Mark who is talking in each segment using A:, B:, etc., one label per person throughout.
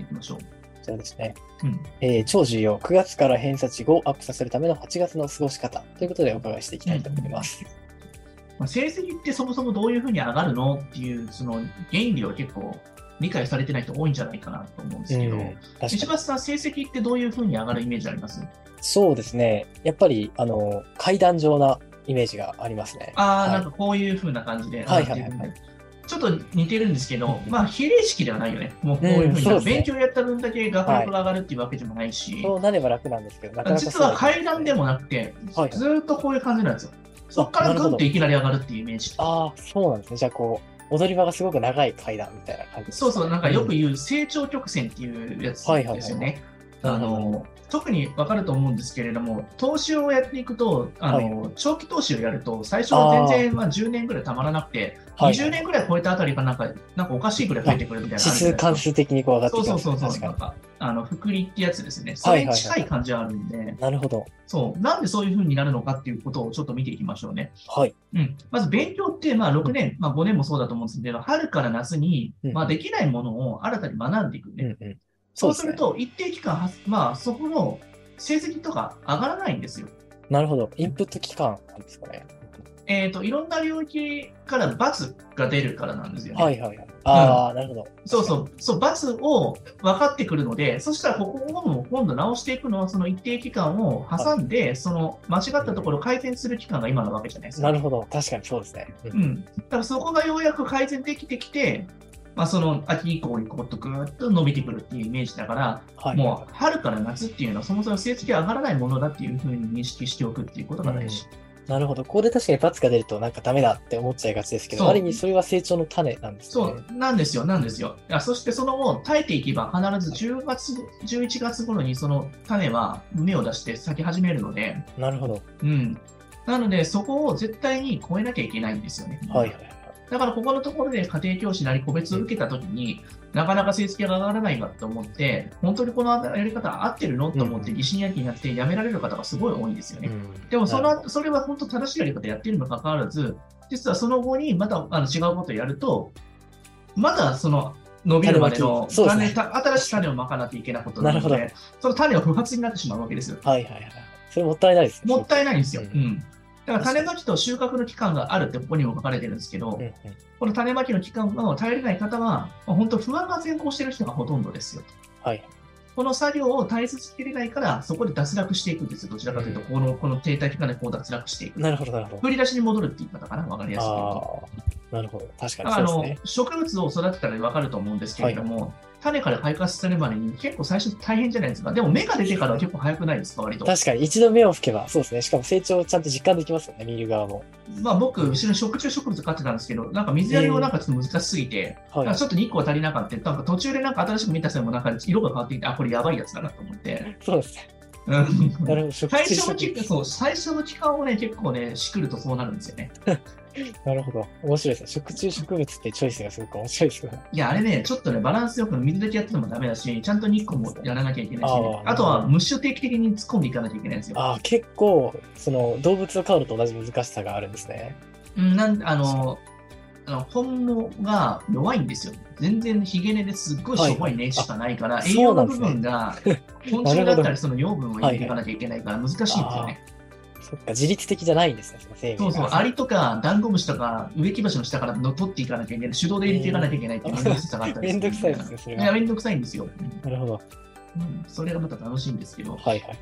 A: いきましょう。
B: そうですね。
A: うん、
B: えー超重要。9月から偏差値5をアップさせるための8月の過ごし方ということでお伺いしていきたいと思います。
A: まあ、成績ってそもそもどういうふうに上がるのっていう、その原理を結構理解されてない人多いんじゃないかなと思うんですけど、
B: うん確
A: 石
B: かに
A: 橋さん、成績ってどういうふうに上がるイメージあります
B: そうですね。やっぱり、あの、階段状なイメージがありますね。
A: ああ、
B: はい
A: なんかこういうふうな感じで、
B: はいはいはい
A: 上がってるちょっと似てるんですけど、
B: うん
A: まあ、比例式ではないよね。もうこういうふうに、
B: うんそうですね
A: 勉強やった分だけ学力が上がるっていうわけでもないし、
B: そうなれば楽なんですけど、なかなか
A: 実は階段で
B: も。
A: もなくて、
B: はいはい
A: ずーっとこういう感じなんですよ。そこか
B: な
A: ら
B: る
A: グ
B: ほ
A: ン
B: ど
A: っていきなり上がるっていうイメージ。
B: ああ、そうなんですね。じゃあ、こう、踊り場がすごく長い階段みたいな感じです
A: そうそう、なんかよく言う成長曲線っていうやつ
B: はいはいはい
A: ですよね。
B: な
A: あ
B: るほど
A: の特に分かると思うんですけれども、投資をやっていくと、あの長期投資をやると、最初は全然まあ10年ぐらいたまらなくて、
B: はい
A: 20年ぐらい超えたあたりがなんかなんかおかしいぐらい増えてくるみたいなのあるじゃ
B: 指数
A: ないですか。
B: 関数的にこう上がって
A: そう
B: き
A: そ
B: ま
A: う
B: す
A: そ
B: ね。
A: うそう、
B: 確か
A: なん
B: に。
A: かあの福利ってやつですね、それに近い感じはあるんで、
B: なるほど。
A: そうなんでそういうふうになるのかっていうことをちょっと見ていきましょうね。
B: はい。
A: うん、まず勉強って、まあ、6年、まあ、5年もそうだと思うんですけど、春から夏に、
B: うん
A: まあ、できないものを新たに学んでいくね。
B: うんうん。
A: そう
B: ですね
A: る。と、一定期間は、まあ、そこの成績とか上がらないんですよ。
B: なるほど。インプット期間なんですかね。
A: えっといろんな領域から罰が出るからなんですよね。
B: はいはいはい。ああ、なるほど。
A: そうそう、そう、罰を分かってくるので、そしたらここを今度直していくのは、その一定期間を挟んで、その間違ったところを改善する期間が今なわけじゃないですか
B: な。るほど。確かにそうですね。う
A: うんん、だからそこがようやく改善できてきて、まあ、その秋以降にこうとぐーっと伸びてくるっていうイメージだから、
B: はい。
A: もう春から夏っていうのはそもそも成績が上がらないものだっていうふうに認識しておくっていうことが大事。
B: なるほど。ここで確かに罰が出るとなんかダメだって思っちゃいがちですけ
A: そ
B: ど、
A: う
B: ある意味それは成長の種なんです
A: そ
B: ね。
A: うなんですよ、なんですよ。あそしてその後、耐えていけば必ず10月、11月頃にその種は芽を出して咲き始めるので、
B: なるほど。
A: うん。なので、そこを絶対に超えなきゃいけないんですよね。
B: はいはいはい。
A: だからここのところで家庭教師なり個別を受けたときに、なかなか成績が上がらないなと思って、本当にこのやり方合ってるのと思って疑心暗鬼になってやめられる方がすごい多いんですよね。
B: うん
A: でもそ
B: なるほ
A: のそれは本当正しいやり方やってるにもかかわらず、実はその後にまたあの違うことをやると、まだその伸びるまでの
B: 種まきそうで
A: 種
B: すね
A: た新しい種をまかなきゃいけないことなの
B: な
A: で、その種は不発になってしまうわけですよ。
B: どはいはいはい。それもったいないですね。
A: もったいないんですよ。
B: う
A: うんん。だから種まきと収穫の期間があるってここにも書かれてるんですけど、
B: うんうん
A: この種まきの期間を頼れない方は、まあ本当不安が先行している人がほとんどですよ。
B: はい。
A: この作業を大切にしてれないから、そこで脱落していくんですよ。どちらかというと、
B: うん
A: このこの停滞期間でこう脱落していく。
B: なるほど、なるほど。
A: 振り出しに戻るって言い方かな、わかりやすく言うと。
B: ああ、なるほど。確か
A: だ
B: に
A: から
B: そ
A: あ
B: うで
A: の
B: すね。
A: 植物を育てたらわかると思うんですけれども、種から開花するまでに結構最初大変じゃないですか。でも芽が出てからは結構早くないですか、割と。
B: 確かに一度目を吹けば、そうですね。しかも成長をちゃんと実感できますよね、見る側も。
A: まあ、僕、後ろに食虫植物飼ってたんですけど、なんか水やりをなんかちょっと難しすぎて、
B: はい
A: なんか。ちょっと日光足りなかった、なんか途中でなんか新しく見た際もなんか色が変わってきて、あ、これやばいやつだなと思って。
B: そうですね。
A: うん
B: なるほど。食
A: 最
B: 事
A: 初の期間、そう、最初の期間をね、結構ね、しくるとそうなるんですよね。
B: なるほど。面白いですね。食虫植物ってチョイスがすごく面白いですね。
A: いや、あれね、ちょっとね、バランスよく水だけやっててもダメだし、ちゃんと日光もやらなきゃいけないし、
B: ああ
A: あとは虫を定期的に突っ込んでいかなきゃいけないんですよ。
B: ああ、結構、その動物を飼うのと同じ難しさがあるんですね。
A: うん、なんあの、あの本物が弱いんですよ。全然ヒゲ根ですっごいしょぼい根しかないから、
B: はいあ
A: 栄養の部
B: そうなん
A: 分 が、昆虫だったりその養分を入れていかなきゃいけないから難しいんです
B: はい
A: よ
B: はい
A: ね。
B: そっか、自律的じゃないんですね、その生
A: そ
B: 命
A: う
B: が。
A: そう、アリとかダンゴムシとか植木鉢の下からの取っていかなきゃいけない、手動で入れていかなきゃいけないっていう難しさがあったり
B: めんどくさいです
A: ね。
B: ね、それ
A: いや、
B: は。
A: めんどくさいんですよ。うん
B: なるほど。
A: うん、それがまた楽しいんですけど、
B: はいはい。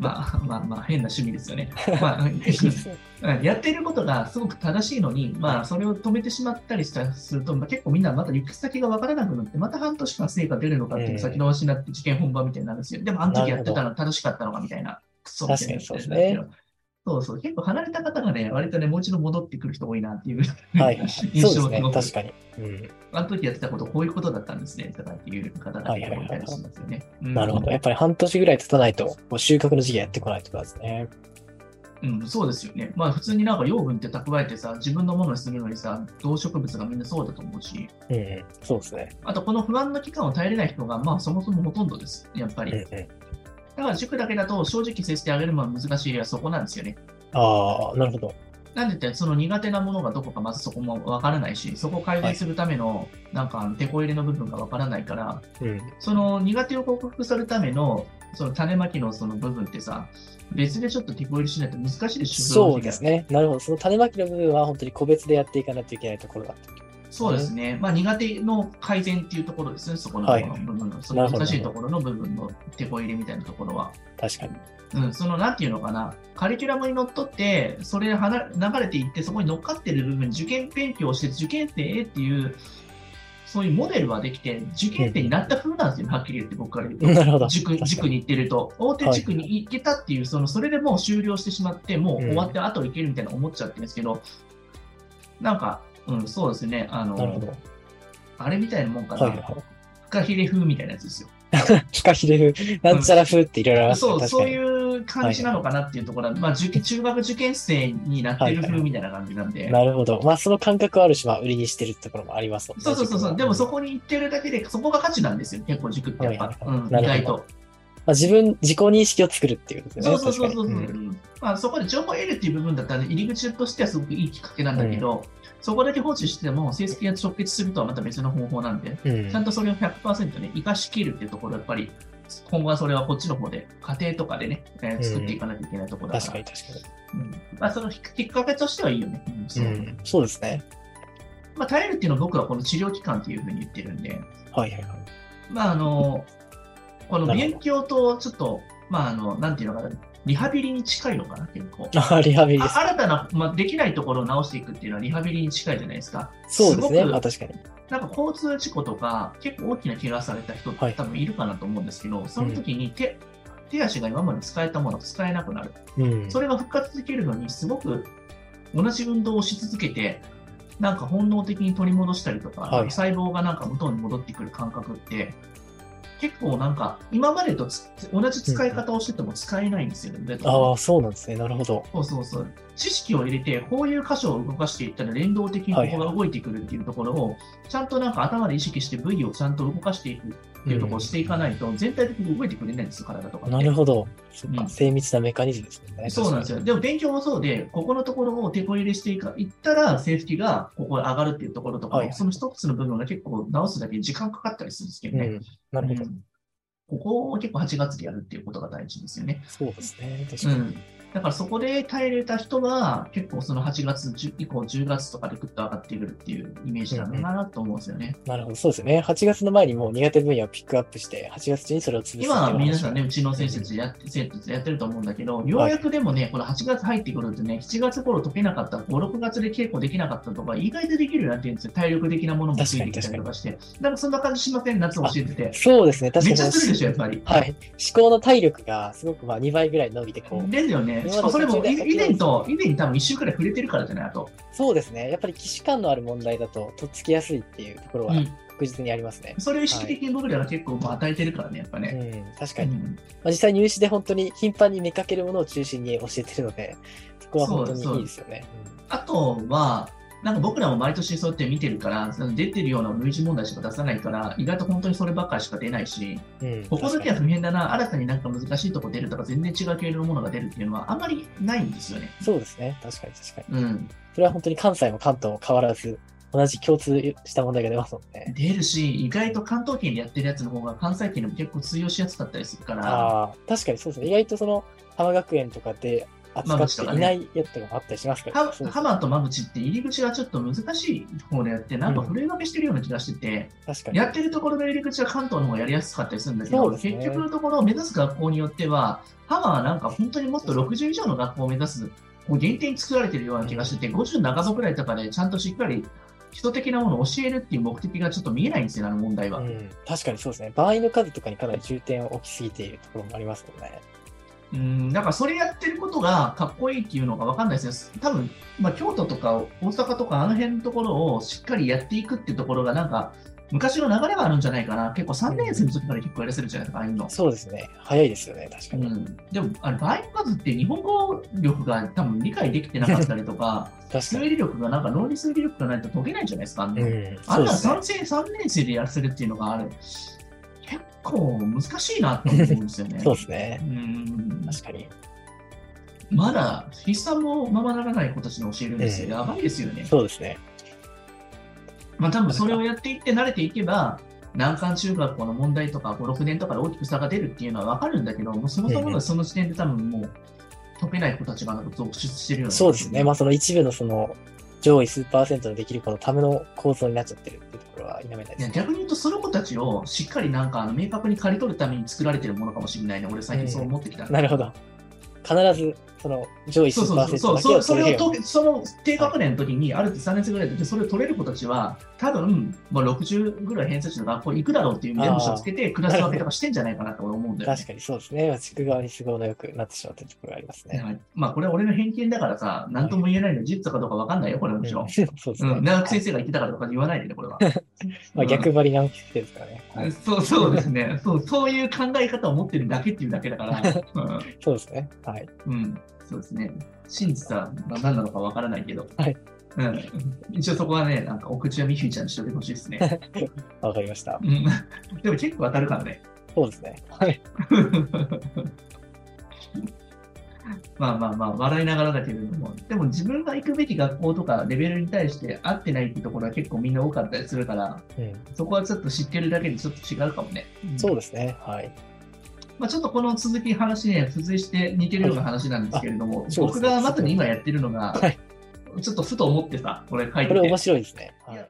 A: まあまあまあ変な趣味ですよね。 まあ、
B: いいですね
A: うんやっていることがすごく正しいのに、まあ、それを止めてしまったりしたりすると、まあ、結構みんなまた行く先が分からなくなって、また半年間成果出るのかっていううん先延ばしになって、事件本番みたいになるんですよ。でも、あの時やってた
B: な
A: の楽しかったのかみたいな、クソみたいになってるんだけど
B: 確かにそうで
A: そうそう、結構離れた方がね、割とね、もう一度戻ってくる人多いなっていう
B: はい はい。
A: 印
B: そ
A: 象
B: うで
A: を
B: す
A: すご
B: ね、
A: く、
B: 確かに。うん
A: あの時やってたこと、こういうことだったんですねとかっていう方が結構いたりしますよね。
B: なるほど。
A: うん
B: やっぱり半年ぐらい経たないと、もう収穫の時期やってこないってことですね。
A: うん、そうですよね。まあ普通になんか養分って蓄えてさ、自分のものにするのにさ、動植物がみんなそうだと思うし、
B: うんうん、そうですね。
A: あとこの不安の期間を耐えれない人が、まあそもそもほとんどです、やっぱ
B: う
A: り。
B: んう
A: だか
B: ん。
A: ら塾だけだと正直接してあげるのは難しい理由はそこなんですよね。
B: ああ、なるほど。
A: なんでって、その苦手なものがどこかまずそこもわからないし、そこを改善するための、なんか、手こ入れの部分がわからないから、
B: うん。
A: その苦手を克服するための、その種まきのその部分ってさ、別でちょっと手こ入れしないと難しいでしょ、
B: そうです。ね。なるほど。その種まきの部分は本当に個別でやっていかないといけないところだった。
A: そうですね。まあ、苦手の改善っていうところですね、そこの
B: はい
A: 部分の、そ
B: な
A: の
B: るほど
A: 難しいところの部分の手こ入れみたいなところは。
B: 確かに。
A: うん、その、なんていうのかな、カリキュラムにのっとって、それはな流れていって、そこに乗っかってる部分、受験勉強をして、受験生へっていう、そういうモデルはできて、受験生になった風なんですよ、はっきり言って、僕から言うと。
B: なるほど。
A: 塾
B: 確かに
A: 塾に行ってると、大手塾に行けたっていう、そのそれでもう終了してしまって、もう終わって、あと行けるみたいな思っちゃってるんですけど、なんか、うん、そうですね、あ
B: なるほ
A: の、
B: ど。
A: あれみたいなもんか
B: は
A: な、
B: いはい。
A: フカヒレ風みたいなやつですよ。
B: ヒカ ヒレ風、なんちゃら風っていろいろありますね
A: そう、
B: 確
A: そ
B: か
A: う
B: に。
A: いう感じなのかなっていうところは、まあ、受験中学受験生になってる風みたいな感じなんで、
B: なるほど。まあ、その感覚はあるし、まあ、売りにしてるところもありますもんね。
A: そうそうそうそう、でもそ
B: こ。
A: こに行ってるだけで、そこが価値なんですよ、結構塾ってやっぱ、
B: はいはいはい
A: うん、
B: な
A: 意
B: るほど
A: 外と。
B: まあ、自分、自己認識を作るっていうことです
A: そ
B: よ
A: う
B: ね。
A: そうそうそう、
B: 確かに
A: うんまあ、そこで情報を得るっていう部分だったら、入り口としてはすごくいいきっかけなんだけど、そこだけ放置しても成績が直結するとはまた別の方法なんで、
B: うん。うん
A: ちゃんとそれを100%ね、生かしきるっていうところ、やっぱり、今後はそれはこっちの方で、家庭とかでね、えー作っていかなきゃいけないところだ
B: 確
A: か、
B: からに確
A: うんまあ、そのきっかけとしてはいいよね。うん
B: か
A: そう
B: に。うん。そうですね。
A: まあ、耐えるっていうのは僕はこの治療期間っていうふうに言ってるんで、
B: はいはいはい。
A: まああの、この
B: なるほど
A: 勉強とちょっと、まああの、なんていうのかな、リハビリに近いのかな、結構。
B: あリハビリで
A: あ新たな、まあ、できないところを直していくっていうのはリハビリに近いじゃないですか。
B: す。そうですね。
A: すごく
B: まあ、確かに。
A: なんか交通事故とか、結構大きな怪我された人っ
B: はい
A: て多分いるかなと思うんですけど、その時に手,、手足が今まで使えたものが使えなくなる。
B: うん。
A: それが復活できるのに、すごく同じ運動をし続けて、なんか本能的に取り戻したりとか、
B: はい
A: 細胞がなんか元に戻ってくる感覚って、結構なんか、今までとつ同じ使い方をしてても使えないんですよね。で
B: ああ、そうなんですね。なるほど。
A: そうそうそう。知識を入れて、こういう箇所を動かしていったら連動的にここが動いてくるっていうところを、ちゃんとなんか頭で意識して部位をちゃんと動かしていくっていうところをしていかないと、全体的に動いてくれないんですよ、体とかって。
B: なるほど。そっ
A: う
B: か。
A: ん
B: 精密なメカニズムですもんね。
A: そうなんですよ。でも勉強もそうで、ここのところを手こ入れしていかいったら、成績がここへ上がるっていうところとか、
B: はい
A: その一つの部分が結構直すだけに時間かかったりするんですけど
B: 確か
A: ね。
B: に。うん。なるほど
A: う。んここを結構8月でやるっていうことが大事ですよね。
B: そうですね。確
A: う
B: かに。
A: ん、だからそこで耐えれた人は、結構その8月10以降、10月とかでグッと上がってくるっていうイメージなのかなと思うんですよね。
B: なるほど。そうですよね。8月の前にもう苦手分野をピックアップして、8月中にそれを潰すっていうお
A: 今
B: 話
A: は皆さんね、うちの先生たちやって生徒たちやってると思うんだけど、ようやくでもね、この8月入ってくるとね、7月頃解けなかった、5、6月で稽古できなかったとか、意外とできるようになってるんですよ。体力的なものもついてきたりとかして。なんかそんな感じしません、夏教えてて。
B: そうですね。確か
A: めっ
B: に。
A: ちゃするでしょ、やっぱり。
B: はい。思考の体力がすごくまあ2倍ぐらい伸びて、こう。
A: ですよね。しかもそれも以前と、以前に多分1週くらい触れてるからじゃない、あと。
B: そうですね。やっぱり既視感のある問題だと、とっつきやすいっていうところは
A: うん
B: 確実にありますね。
A: それを意識的に僕らが結構まあ与えてるからね、やっぱ
B: う
A: ね。
B: ん、確かに。
A: う
B: ま
A: ん
B: あ、実際入試で本当に頻繁に見かけるものを中心に教えてるので、そこは本当にいいですよね。
A: あとは、なんか僕らも毎年そうやって見てるから、その出てるような類似問題しか出さないから、意外と本当にそればっかりしか出ないし、
B: うんうん。
A: ここだけ
B: 確
A: は
B: か
A: 不変だな、新たになんか難しいとこ出るとか、全然違う系のものが出るっていうのは、あんまりないんですよね。
B: にそうですね。確かに確かに。
A: うん。
B: それは本当に関西も関東も変わらず、同じ共通した問題が出ますもんね。
A: 出るし、意外と関東圏でやってるやつの方が、関西圏でも結構通用しやすかったりするから、
B: ああ、確かにそうですね。意外とその、浜学園とかで扱っていないやつとかもあったりしますから、
A: は
B: そうですね
A: 浜と間口って入り口がちょっと難しい方でやって、なんか震え分けしてるような気がしてて、
B: 確かに。
A: やってるところの入り口は関東の方がやりやすかったりするんだけ
B: そ
A: ど、
B: うですね
A: 結局のところを目指す学校によっては、ハマはなんか本当にもっと60以上の学校を目指す、もう限定に作られてるような気がしてて、50半ばくらいとかでちゃんとしっかり人的なものを教えるっていう目的がちょっと見えないんですよね、あの問題は。
B: うん、確かにそうですね。場合の数とかにかなり重点を置きすぎているところもありますもんね。
A: うん、だからそれやってることがかっこいいっていうのが分かんないですね。多分、まあ、京都とか大阪とかあの辺のところをしっかりやっていくっていうところがなんか、昔の流れがあるんじゃないかな。結構3年生の時から結構やらせるじゃないですか、ああいうの。
B: そうですね。早いですよね。確か
A: う
B: に。
A: ん、でも、あれ、バイオ数って日本語力が多分理解できてなかったりと か、
B: 確
A: 推
B: かに。
A: 理力がなんか、論理推理力がないと解けないんじゃないですか、あんな
B: う
A: の
B: ん、
A: あ
B: そ
A: ん
B: うで
A: な
B: すね
A: 3。年 ,3 年生でやらせるっていうのがあれ、結構難しいなと思うんですよね。
B: そうですね。
A: うん
B: 確かに。
A: まだ、筆算もままならない子たちに教えるんですよ。
B: ええ
A: やばいですよね。
B: そうですね。
A: まあ多分それをやっていって慣れていけば、難関中学校の問題とか5、6年とかで大きく差が出るっていうのは分かるんだけど、もうそもそも
B: え
A: が
B: え
A: その時点で多分もう解けない子たちがなんか続出してるような。
B: そうですね。まあ、その一部のその上位数パーセントのできる子のための構造になっちゃってるっていうところは否めない
A: い
B: で
A: や
B: すね。
A: 逆に言うと、その子たちをしっかりなんかあの明確に刈り取るために作られてるものかもしれないね。俺最近そう思ってきた。
B: なるほど。必ず、その上位
A: そう
B: 数
A: そ
B: パ
A: う
B: ーセン
A: そ
B: ト
A: う
B: だけ
A: そう、
B: を
A: そ
B: 取れ
A: れ
B: る
A: を
B: よう
A: と、その低学年の時に、あるって3年生ぐらいで、それを取れる子たちは、多分、まあ、60ぐらい偏差値の学校行くだろうっていう目星をつけて、クラス分けとかしてんじゃないかなと俺思うんだよ
B: に
A: ね。
B: 確かにそうですね。まあ地区側に都合のよくなってしまってるところがあります
A: だ
B: ね。
A: からまあ、これは俺の偏見だからさ、何とも言えないの、事実かどうか分かんないよ、これは
B: う
A: も
B: ん
A: ち
B: そ
A: ろ
B: うんで。すね。
A: うん、長く先生が言ってたからとか言わないでね、これは。
B: まあ、逆張りな先生ですからね。
A: う
B: は
A: ん
B: い
A: そうそうですねそう。そういう考え方を持ってるだけっていうだけだ から、うん
B: そうですね。はい。
A: うん、そうですね。真実は何なのかわからないけど、
B: はい
A: うん、一応そこはね、なんかお口はみひゅーちゃんにしといてほしいです ね。
B: わかりました。
A: うん、でも結構当たるからね。
B: そうですね。はい。
A: まあまあまあ、笑いながらだけれども、でも自分が行くべき学校とかレベルに対して合ってないってところは結構みんな多かったりするから、
B: うん。
A: そこはちょっと知ってるだけでちょっと違うかもね。
B: そう
A: で
B: ですね。はい。
A: まあ、ちょっとこの続き話ね、付随して似てるような話なんですけれども、
B: あそうで
A: 僕
B: すね
A: がまさに今やってるのが、
B: はい
A: ちょっとふと思ってさ、これ書いてて。
B: これ面白いですね。はい。